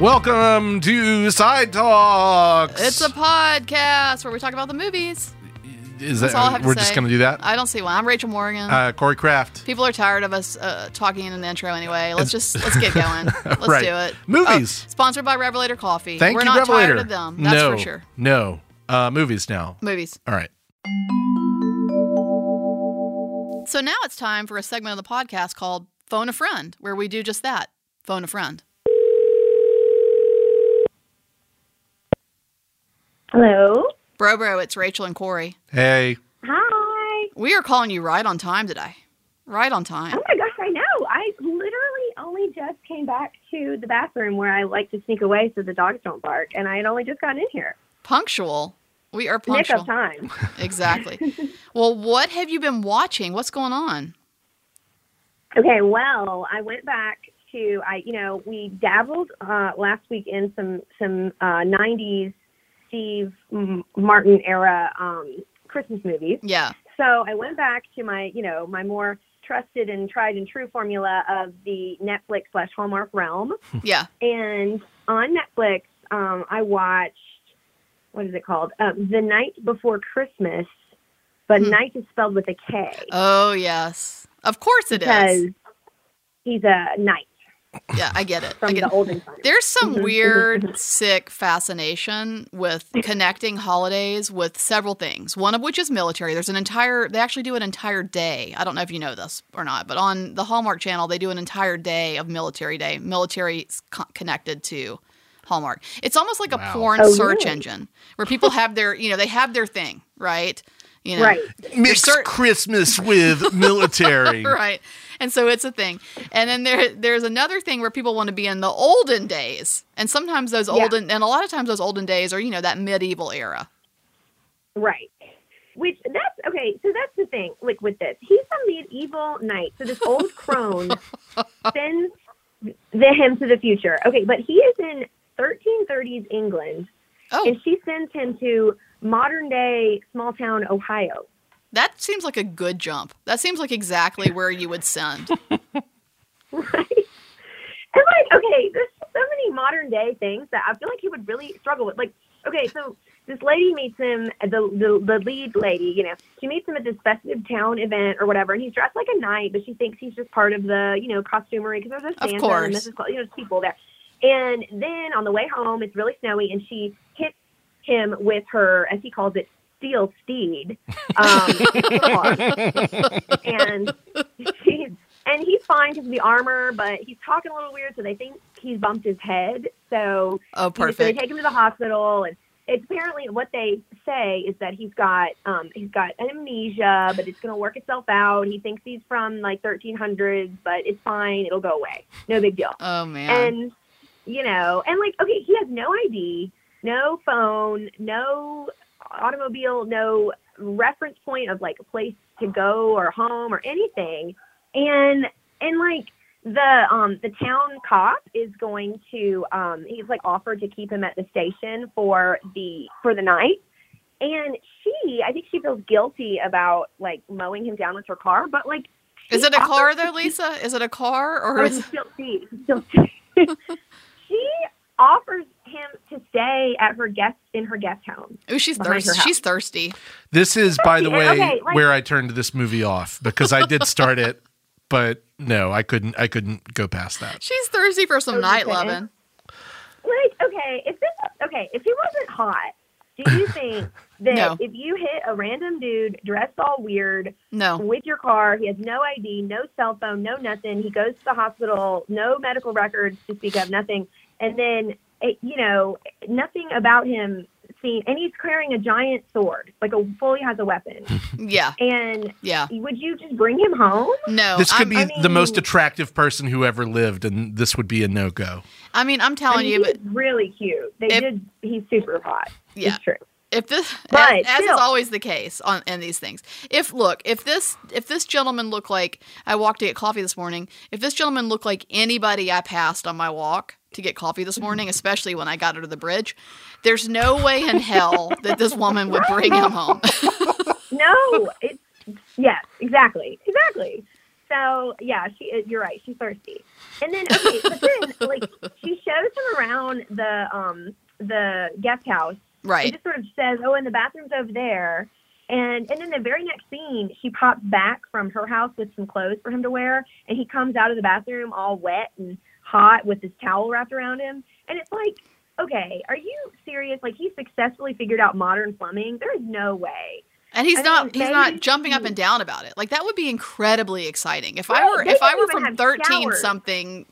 Welcome to Side Talks. It's a podcast where we talk about the movies. Is That's all I have to we're say. just going to do that. I don't see why. I'm Rachel Morgan. Uh, Corey Kraft. People are tired of us uh, talking in an intro anyway. Let's just let's get going. Let's Right. do it. Movies. Oh, sponsored by Revelator Coffee. Thank We're you, not Revelator. tired of them. That's no, for sure. No, uh, movies now. Movies. All right. So now it's time for a segment of the podcast called Phone a Friend, where we do just that. Phone a friend. Hello. Bro, bro, it's Rachel and Corey. Hey, Hi. We are calling you right on time today. Right on time. Oh my gosh, I know. I literally only just came back to the bathroom where I like to sneak away so the dogs don't bark, and I had only just gotten in here. Punctual. We are Nick punctual. of time. Exactly. well, what have you been watching? What's going on? Okay, well, I went back to I, you know, we dabbled uh, last week in some some uh, '90s Steve M- Martin era um, Christmas movies. Yeah. So I went back to my, you know, my more trusted and tried and true formula of the Netflix slash Hallmark realm. Yeah. And on Netflix, um, I watched what is it called? Uh, the Night Before Christmas, but Hmm. night is spelled with a K Oh, yes. Of course it because is. he's a knight Yeah, I get it. I from get the it. olden time. There's some Mhm, mhm, weird, mhm. sick fascination with connecting holidays with several things, one of which is military. There's an entire, they actually do an entire day. I don't know if you know this or not, but on the Hallmark Channel, they do an entire day of Military Day, military s- co- connected to Hallmark. It's almost like Wow. a porn Oh, search really? engine where people have their, you know, they have their thing, right? You know, Right. mix cert- Christmas with military. right. And so it's a thing. And then there there's another thing where people want to be in the olden days. And sometimes those Yeah. olden and a lot of times those olden days are, you know, that medieval era. Right. Which that's okay. So that's the thing. Like with this, he's a medieval knight. So this old crone sends the him to the future. Okay, but he is in 1330s England, Oh, and she sends him to modern day small town Ohio. that seems like a good jump. That seems like exactly where you would send. Right. And like, okay, there's just so many modern day things that I feel like he would really struggle with. Like, okay, so this lady meets him, the the, the lead lady, you know, she meets him at this festive town event or whatever, and he's dressed like a knight, but she thinks he's just part of the, you know, costumery because there's a Of Santa course. and Mrs. Claus, you know, there's people there. And then on the way home, it's really snowy, and she hits him with her, as he calls it, steel steed. Um, car. and he's and he's fine because of the armor, but he's talking a little weird, so they think he's bumped his head. So, Oh, so they perfect. take him to the hospital, and it's apparently what they say is that he's got um, he's got amnesia, but it's going to work itself out. He thinks he's from like 1300s, but it's fine; it'll go away, no big deal. Oh man. And you know, and like, okay, he has no ID, no phone, no automobile, no reference point of like a place to go or home or anything. And and like the um the town cop is going to um he's like offered to keep him at the station for the for the night. And she, I think she feels guilty about like mowing him down with her car, but like Is she it a car offers though, to keep Lisa? Is it a car or Oh, is he's still deep. He's still deep. she offers him to stay at her guest in her guest home. Oh, she's Behind her thirsty. house. She's thirsty. This is, by the Okay, way, like- where I turned this movie off because I did start it, but no, I couldn't. I couldn't go past that. She's thirsty for some Oh, night okay. loving. Like, okay, if this okay, if he wasn't hot, do you think that No. if you hit a random dude dressed all weird No. with your car, he has no ID, no cell phone, no nothing, he goes to the hospital, no medical records to speak of, nothing, and then it, you know nothing about him seen, and he's carrying a giant sword, like a fully has a weapon, Yeah. and Yeah. would you just bring him home? No. This I'm- could be I the most mean- attractive person who ever lived, and this would be a no go. I mean, I'm telling I mean, you, but he's really cute. They If- did. He's super hot. yeah. It's true. if this But as, as is still. always the case on in these things if look if this if this gentleman looked like i walked to get coffee this morning if this gentleman looked like anybody i passed on my walk to get coffee this Mm-hmm. morning especially when i got under the bridge there's no way in hell that this woman would bring him home No, it's yes, exactly, exactly. So so yeah, she is. You're right. She's thirsty. And then okay, but then like she shows him around the um the guest house. and Right. just sort of says, "Oh, and the bathroom's over there." And and then the very next scene, she pops back from her house with some clothes for him to wear, and he comes out of the bathroom all wet and hot with his towel wrapped around him, and it's like. Okay, are you serious? Like he successfully figured out modern plumbing? There is no way. And he's I not mean, he's they- not jumping up and down about it. Like that would be incredibly exciting. If I Right, were they if I don't were even from have 13 showers. something,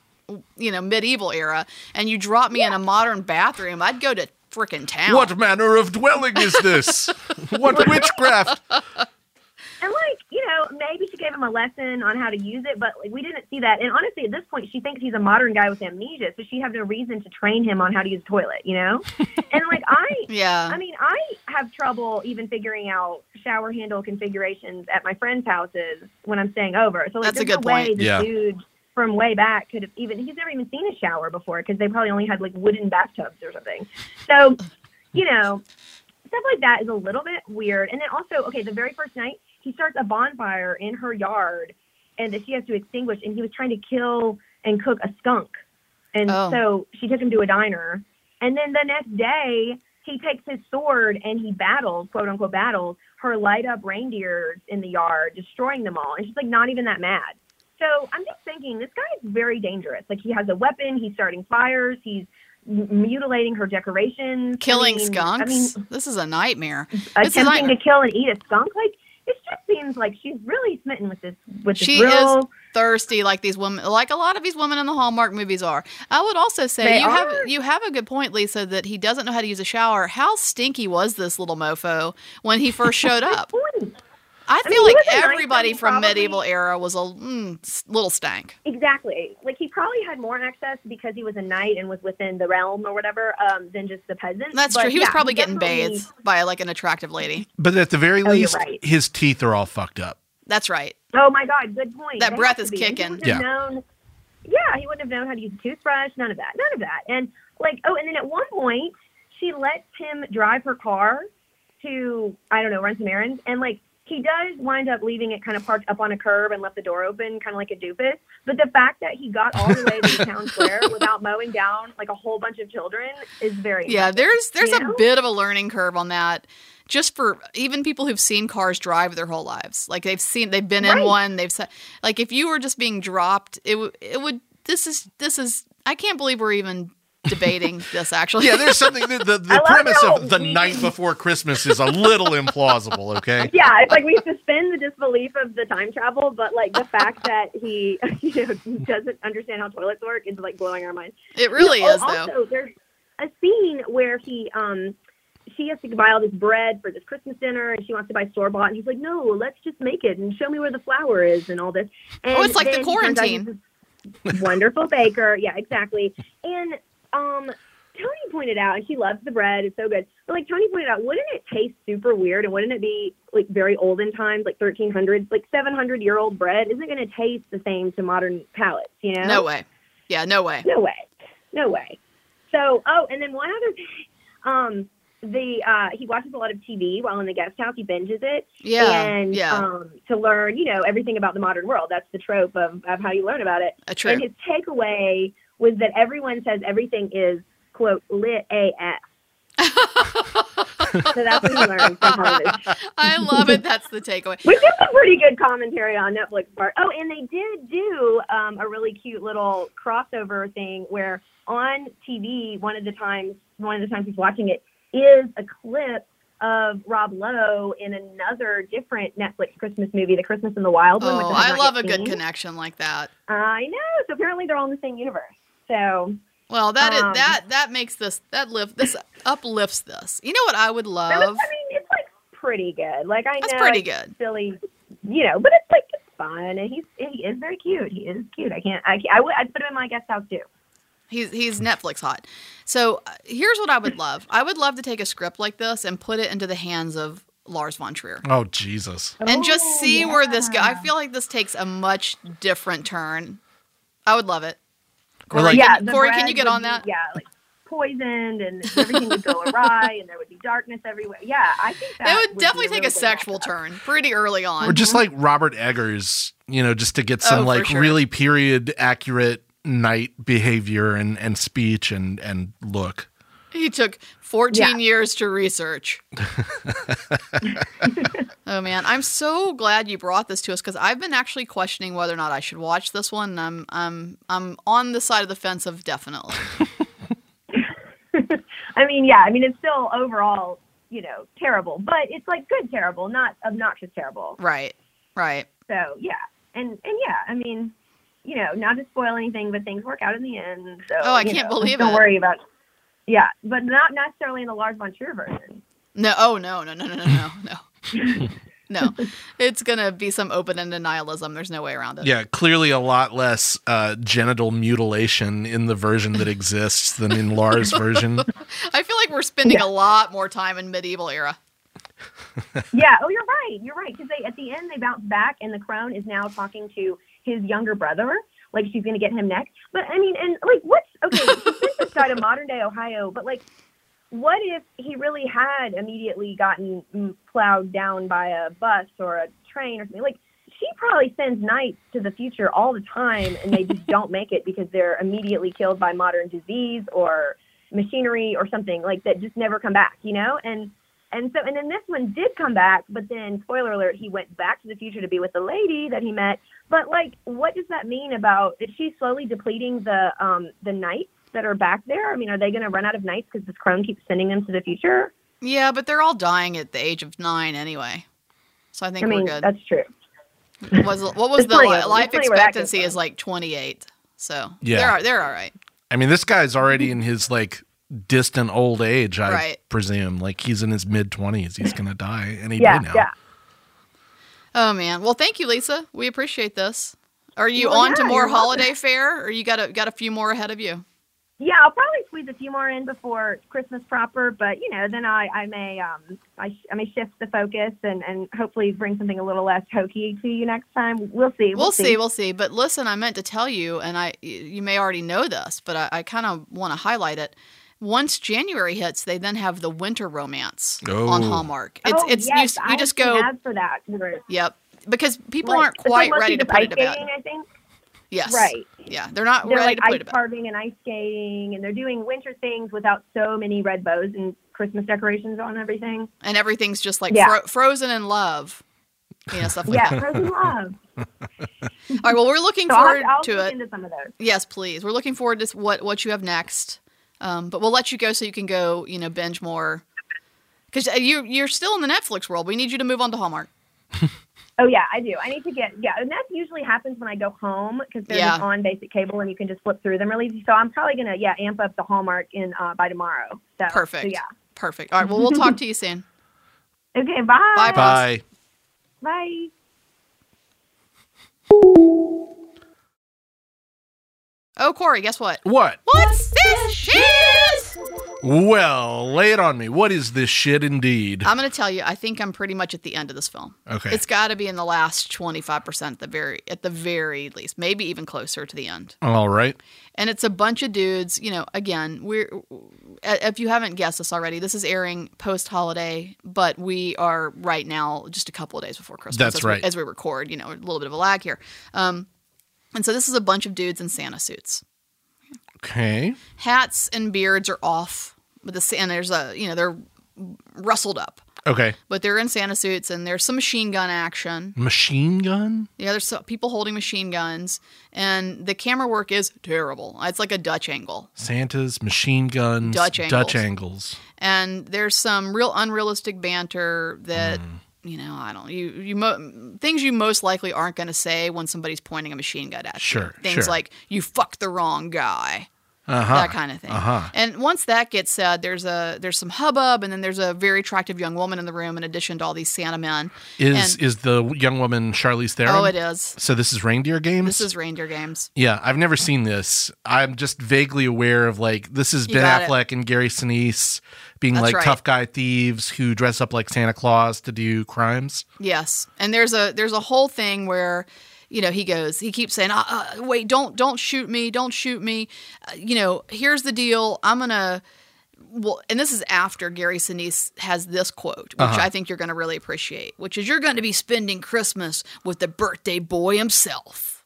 you know, medieval era and you dropped me in a modern bathroom, I'd go to freaking town. What manner of dwelling is this? what witchcraft? And like, you know, maybe she gave him a lesson on how to use it, but like, we didn't see that. And honestly, at this point, she thinks he's a modern guy with amnesia, so she had no reason to train him on how to use a toilet, you know? and like, I, Yeah. I mean, I have trouble even figuring out shower handle configurations at my friends' houses when I'm staying over. So like, That's a there's good no way point. This Yeah. dude from way back could have even he's never even seen a shower before because they probably only had like wooden bathtubs or something. So, you know, stuff like that is a little bit weird. And then also, okay, the very first night he starts a bonfire in her yard, and that she has to extinguish. And he was trying to kill and cook a skunk, and Oh. so she took him to a diner. And then the next day, he takes his sword and he battles, quote unquote, battles her light up reindeers in the yard, destroying them all. And she's like, not even that mad. So I'm just thinking, this guy is very dangerous. Like, he has a weapon, he's starting fires, he's m- mutilating her decorations, I Killing mean- skunks. I mean, this is a nightmare. This is attempting like- to kill and eat a skunk. Like it just seems like she's really smitten with this with this She real. is thirsty like these women like a lot of these women in the Hallmark movies are. I would also say They you are. have you have a good point, Lisa, that he doesn't know how to use a shower. How stinky was this little mofo when he first showed up? Boy, I I feel mean, he like was a nice everybody guy, from probably. medieval era was a mm, s- little stank. Exactly. Like he probably had more access because he was a knight and was within the realm or whatever um, than just the peasant. That's But true. He was yeah, probably getting definitely- bathed by like an attractive lady. But at the very Oh, you're least, right. his teeth are all fucked up. That's right. Oh my God, good point. That They breath have is to be. And he kicking. wouldn't have known- yeah, he wouldn't have known how to use a toothbrush. None of that. None of that. And like, oh, and then at one point, she lets him drive her car to I don't know run some errands, and like he does wind up leaving it kind of parked up on a curb and left the door open, kind of like a doofus. But the fact that he got all the way to town square without mowing down like a whole bunch of children is very Yeah, there's there's You a know? bit of a learning curve on that. Just for even people who've seen cars drive their whole lives, like they've seen, they've been in Right. one, they've said, like if you were just being dropped, it would, it would. This is this is. I can't believe we're even debating this. Actually, Yeah, there's something. The, the, I the love premise how of the we- night before Christmas is a little implausible. Okay. yeah, it's like we suspend the disbelief of the time travel, but like the fact that he you know doesn't understand how toilets work is like blowing our minds. it really Oh, is though. Also, there's a scene where he um she has to buy all this bread for this Christmas dinner, and she wants to buy store bought, and he's like, "No, let's just make it and show me where the flour is and all this." And Oh, it's like the then he turns out he's quarantine. this Wonderful baker, yeah, exactly. And um, Tony pointed out, and she loves the bread; it's so good. But like Tony pointed out, wouldn't it taste super weird, and wouldn't it be like very olden times, like 1300s, like 700 year old bread? Isn't going to taste the same to modern palates, you know? No way. Yeah, no way. No way. No way. So, oh, and then one other thing. Um, the uh, he watches a lot of TV while in the guest house. He binges it, Yeah, and yeah. um, to learn, you know, everything about the modern world. That's the trope of, of how you learn about it. a trip. And his takeaway was that everyone says everything is quote lit AF. so that's what he learned from television. I love it. That's the takeaway. Which is a pretty good commentary on Netflix part. Oh, and they did do um, a really cute little crossover thing where on TV, one of the times, one of the times he's watching it is a clip of Rob Lowe in another different Netflix Christmas movie, The Christmas in the Wild one. which Oh, have I not love a yet good seen. connection like that. I know. So apparently they're all in the same universe. So Well, that is Um, that that makes this that lift this uplifts this. You know what I would that was- love? I mean, it's like pretty good. Like I That's know pretty it's good. silly, you know, but it's like it's fun, and he's he is very cute. He is cute. I can't. I can't, I would. I'd put him in my guest house too. He's he's Netflix hot. So uh, here's what I would love. I would love to take a script like this and put it into the hands of Lars von Trier Oh Jesus. and just Oh, see where this go. I yeah. feel like this takes a much different turn. I would love it. Or Corey, like- can, the Corey, can bread you get would on be- that? Yeah, like poisoned and everything would go awry and there would be darkness everywhere. Yeah, I think that it would, be definitely really take a good sexual matchup. turn pretty early on. Or just like Robert Eggers, you know, just to get Oh, some for like sure. really period accurate knight behavior and and speech and and look. he took 14 Yeah. years to research. oh man, I'm so glad you brought this to us because I've been actually questioning whether or not I should watch this one. And I'm I'm I'm on the side of the fence of definitely. I mean, yeah, I mean it's still overall, you know, terrible, but it's like good terrible, not obnoxious terrible. right, right. So yeah, and and yeah, I mean, you know, not to spoil anything, but things work out in the end. So Oh, I you can't know, believe Don't it. worry about. Yeah, but not necessarily in the Lars von Trier version. No, oh no, no, no, no, no, no, no. No, it's gonna be some open-ended nihilism. There's no way around it. Yeah, clearly a lot less uh, genital mutilation in the version that exists than in Lars' version. I feel like we're spending Yeah. a lot more time in medieval era. yeah. Oh, you're right. You're right. Because they at the end they bounce back, and the crone is now talking to his younger brother. Like she's gonna get him next. But I mean, and like what's okay? so This is died in modern day Ohio, but like. What if he really had immediately gotten mm, plowed down by a bus or a train or something? Like she probably sends knights to the future all the time, and they just don't make it because they're immediately killed by modern disease or machinery or something like that. Just never come back, you know. And and so, and then this one did come back, but then, spoiler alert, he went back to the future to be with the lady that he met. But like, what does that mean about? Is she slowly depleting the um the knights that are back there? I mean, are they going to run out of knights because this crone keeps sending them to the future? Yeah, but they're all dying at the age of nine anyway. So I think I mean, we're good. that's true. Was what was There's the plenty of li- them. life There's plenty where that goes expectancy is wrong. like twenty eight. So Yeah. they're all- they're all right. I mean, this guy's already in his like distant old age, I Right. presume. Like he's in his mid twenties. He's gonna die any Yeah, day now. yeah. Oh man, well thank you, Lisa. We appreciate this. Are you Well, on to yeah, more you're welcome. holiday fare, or you got a got a few more ahead of you? Yeah, I'll probably squeeze a few more in before Christmas proper, but you know, then I, I may um I, sh- I may shift the focus and and hopefully bring something a little less hokey to you next time. We'll see. We'll, We'll see, we'll see. But listen, I meant to tell you, and I y- you may already know this, but I, I kind of want to highlight it. Once January hits, they then have the winter romance on Oh. Hallmark. It's oh, it's you yes, s- I you just have go seen ads for that. where- Yep. Because people Right. aren't It's like quite mostly ready to just put ice it to bed. skating, I think. Yes. Right. Yeah. They're not They're ready like to put ice it to bed. carving and ice skating, and they're doing winter things without so many red bows and Christmas decorations on everything. And everything's just like Yeah. fro- frozen in love. You know, stuff like Yeah, that. frozen love. All right. Well, we're looking So I'll, forward I'll to look it. into some of those. yes, please. We're looking forward to s- what, what you have next. Um, but we'll let you go so you can go, you know, binge more. Because you, you're still in the Netflix world. We need you to move on to Hallmark. Oh yeah, I do. I need to get yeah, and that usually happens when I go home because they're just Yeah. on basic cable and you can just flip through them really easy. So I'm probably gonna yeah amp up the Hallmark in uh, by tomorrow. So, Perfect. So, yeah. Perfect. All right. Well, we'll talk to you soon. Okay. Bye. Bye, bye. Bye. Bye. Oh, Corey, guess what? What? What's this shit? Well, lay it on me. What is this shit indeed? I'm going to tell you, I think I'm pretty much at the end of this film. Okay. Uh, It's got to be in the last 25% at the very at the very least, maybe even closer to the end. All right. And it's a bunch of dudes, you know, again, we're uh, if you haven't guessed this already, this is airing post-holiday, but we are right now just a couple of days before Christmas That's as right. we, as we record, you know, a little bit of a lag here. Um and so this is a bunch of dudes in Santa suits. Okay. Hats and beards are off, but the Santa- and there's a, you know, they're rustled up. Okay. But they're in Santa suits and there's some machine gun action. Machine gun? Yeah, there's so- people holding machine guns, and the camera work is terrible. It's like a Dutch angle, Santa's machine guns. Dutch angles. Dutch angles. and there's some real unrealistic banter that Hmm. you know I don't you you mo- things you most likely aren't going to say when somebody's pointing a machine gun at you. Sure, sure. things like you fucked the wrong guy. Uh huh. that kind of thing. uh-huh. And once that gets said, there's a there's some hubbub, and then there's a very attractive young woman in the room, in addition to all these Santa men. Is and- is the young woman Charlize Theron? Oh, it is. So this is reindeer games. This is reindeer games. Yeah, I've never seen this. I'm just vaguely aware of like this is You Ben got it. Affleck and Gary Sinise being That's like right. tough guy thieves who dress up like Santa Claus to do crimes. Yes, and there's a there's a whole thing where you know, he goes, he keeps saying, uh, uh, "Wait, don't don't shoot me, don't shoot me." Uh, you know, here's the deal. I'm gonna. Well, and this is after Gary Sinise has this quote, which I think you're going to really appreciate, which is, "You're going to be spending Christmas with the birthday boy himself."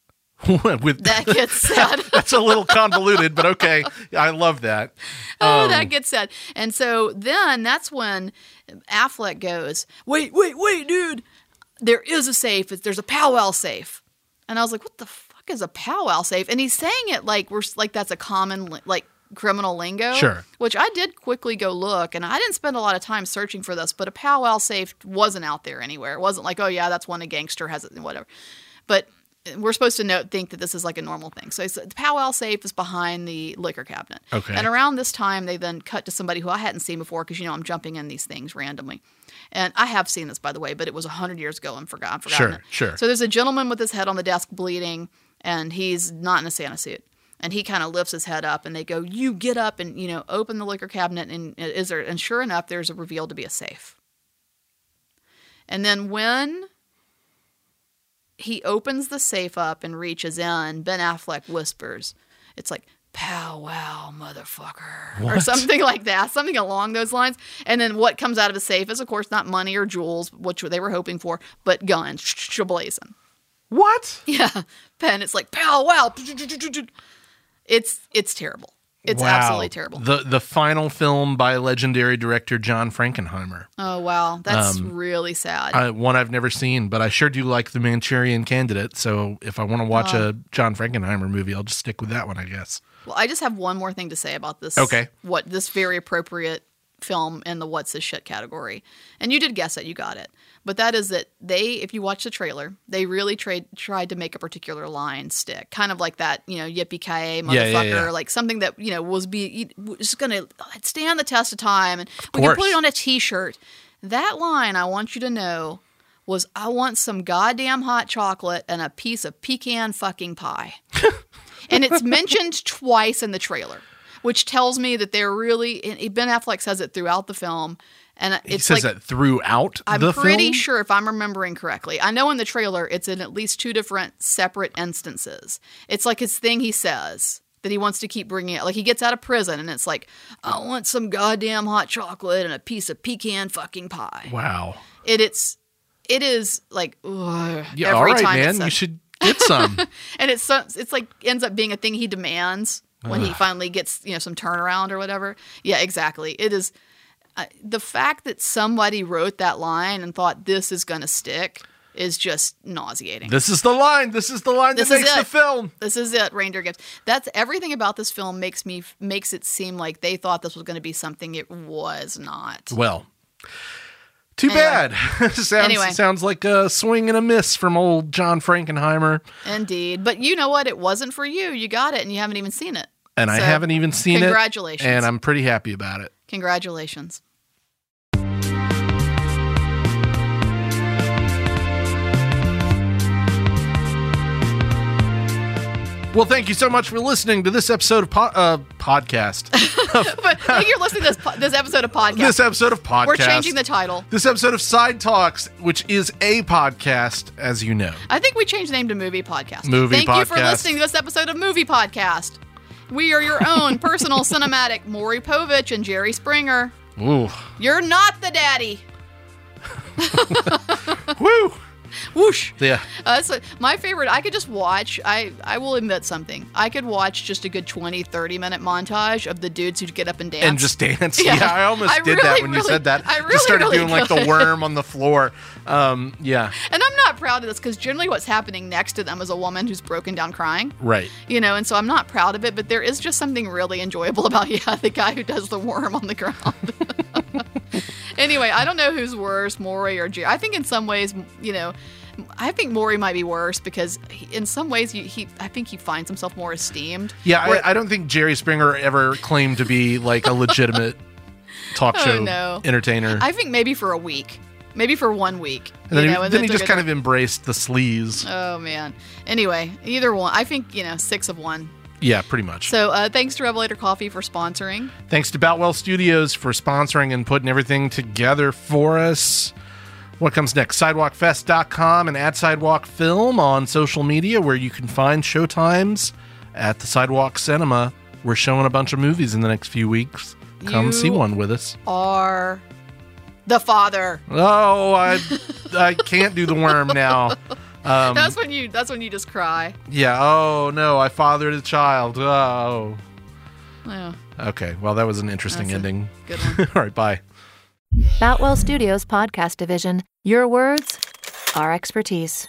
With That gets said. that's a little convoluted, but okay, I love that. oh, that gets said. And so then that's when Affleck goes, wait, wait, wait, dude. There is a safe. It's- There's a powwow safe. And I was like, what the fuck is a powwow safe? And he's saying it like we're like that's a common li- like criminal lingo. Sure. Which I did quickly go look, and I didn't spend a lot of time searching for this, but a powwow safe wasn't out there anywhere. It wasn't like, oh yeah, that's one a gangster has it, and whatever. But uh, we're supposed to know, think that this is like a normal thing. So it's, the powwow safe is behind the liquor cabinet. Okay. And around this time, they then cut to somebody who I hadn't seen before because you know I'm jumping in these things randomly. And I have seen this by the way, but it was hundred years ago and forgot. I've forgotten Sure, it. sure. So there's a gentleman with his head on the desk bleeding, and he's not in a Santa suit. And he kind of lifts his head up, and they go, "You get up and you know open the liquor cabinet." And uh, is there? And sure enough, there's a reveal to be a safe. And then when he opens the safe up and reaches in. Ben Affleck whispers, "It's like pow wow, motherfucker," or What? something like that, something along those lines. And then what comes out of the safe is, of course, not money or jewels, which they were hoping for, but guns, shablazing. What? Yeah, Ben, it's like pow wow. It's it's terrible. It's Wow. absolutely terrible. The the final film by legendary director John Frankenheimer. Oh wow, that's Um, really sad. Uh, one I've never seen, but I sure do like The Manchurian Candidate. So if I want to watch a John Frankenheimer movie, I'll just stick with that one, I guess. Well, I just have one more thing to say about this. Okay. What this very appropriate film in the what's this shit category, and you did guess it, you got it. But that is that they, if you watch the trailer, they really tried tried to make a particular line stick, kind of like that, you know, yippee ki motherfucker, Yeah, yeah, yeah. like something that you know was be was gonna stand the test of time, and we can course. put it on a T-shirt. That line, I want you to know, was I want some goddamn hot chocolate and a piece of pecan fucking pie and it's mentioned twice in the trailer, which tells me that they're really. And Ben Affleck says it throughout the film, and He it's says like that throughout I'm the pretty film. sure if I'm remembering correctly. I know in the trailer it's in at least two different separate instances. It's like his thing he says that he wants to keep bringing it. Like he gets out of prison and it's like I want some goddamn hot chocolate and a piece of pecan fucking pie. Wow. It it's it is like ugh, Yeah, every all right, time it's man. said. You should get some. And it's so, it's like ends up being a thing he demands when he finally gets you know some turnaround or whatever. Yeah, exactly. It is uh, the fact that somebody wrote that line and thought this is going to stick is just nauseating. this is the line. This is the line This that is makes the it. film. This is it, reindeer gifts. That's everything about this film makes me makes it seem like they thought this was going to be something it was not. Well, too Anyway. bad. sounds Anyway. sounds like a swing and a miss from old John Frankenheimer, Indeed, but you know what? It wasn't for you. You got it, and you haven't even seen it. and I So, haven't even seen it. congratulations. and I'm pretty happy about it. Congratulations. Well, thank you so much for listening to this episode of po- uh, podcast. But like you're listening to this po- this episode of podcast. This episode of podcast. We're changing the title. This episode of Side Talks, which is a podcast, as you know. I think we changed the name to Movie Podcast. Movie Thank you for Podcast. listening to this episode of Movie Podcast. We are your own personal cinematic Maury Povich and Jerry Springer. Ooh, You're not the daddy. woo! Whoosh. Yeah, Uh, so my favorite, I could just watch, I, I will admit something. I could watch just a good 20, 30 minute montage of the dudes who get up and dance. and just dance. Yeah. Yeah, I almost I did really, that when you really- said that. I really, just started really doing like the could. worm on the floor. Um, yeah, and I'm not proud of this because generally what's happening next to them is a woman who's broken down crying. right. You know, and so I'm not proud of it, but there is just something really enjoyable about yeah, the guy who does the worm on the ground. anyway, I don't know who's worse, Maury or Jerry. I think in some ways, you know, I think Maury might be worse because he, in some ways he, he, I think he finds himself more esteemed. Yeah, Where- I, I don't think Jerry Springer ever claimed to be like a legitimate talk Oh, show no. entertainer. I think maybe for a week, maybe for one week. and then, you he, know, then he took just it- kind of embraced the sleaze. Oh man. Anyway, either one. I think you know six of one. yeah, pretty much. So uh, thanks to Revelator Coffee for sponsoring. Thanks to Boutwell Studios for sponsoring and putting everything together for us. What comes next? Sidewalkfest.com and at Sidewalk Film on social media, where you can find showtimes at the Sidewalk Cinema. We're showing a bunch of movies in the next few weeks. Come You- see one with us. Are the father. Oh, I I can't do the worm now. Um, that's when you. That's when you just cry. yeah. Oh no, I fathered a child. Oh. Yeah, Okay. Well, that was an interesting That's a- ending. good one. All right. Bye. Boutwell Studios Podcast Division. Your words, our expertise.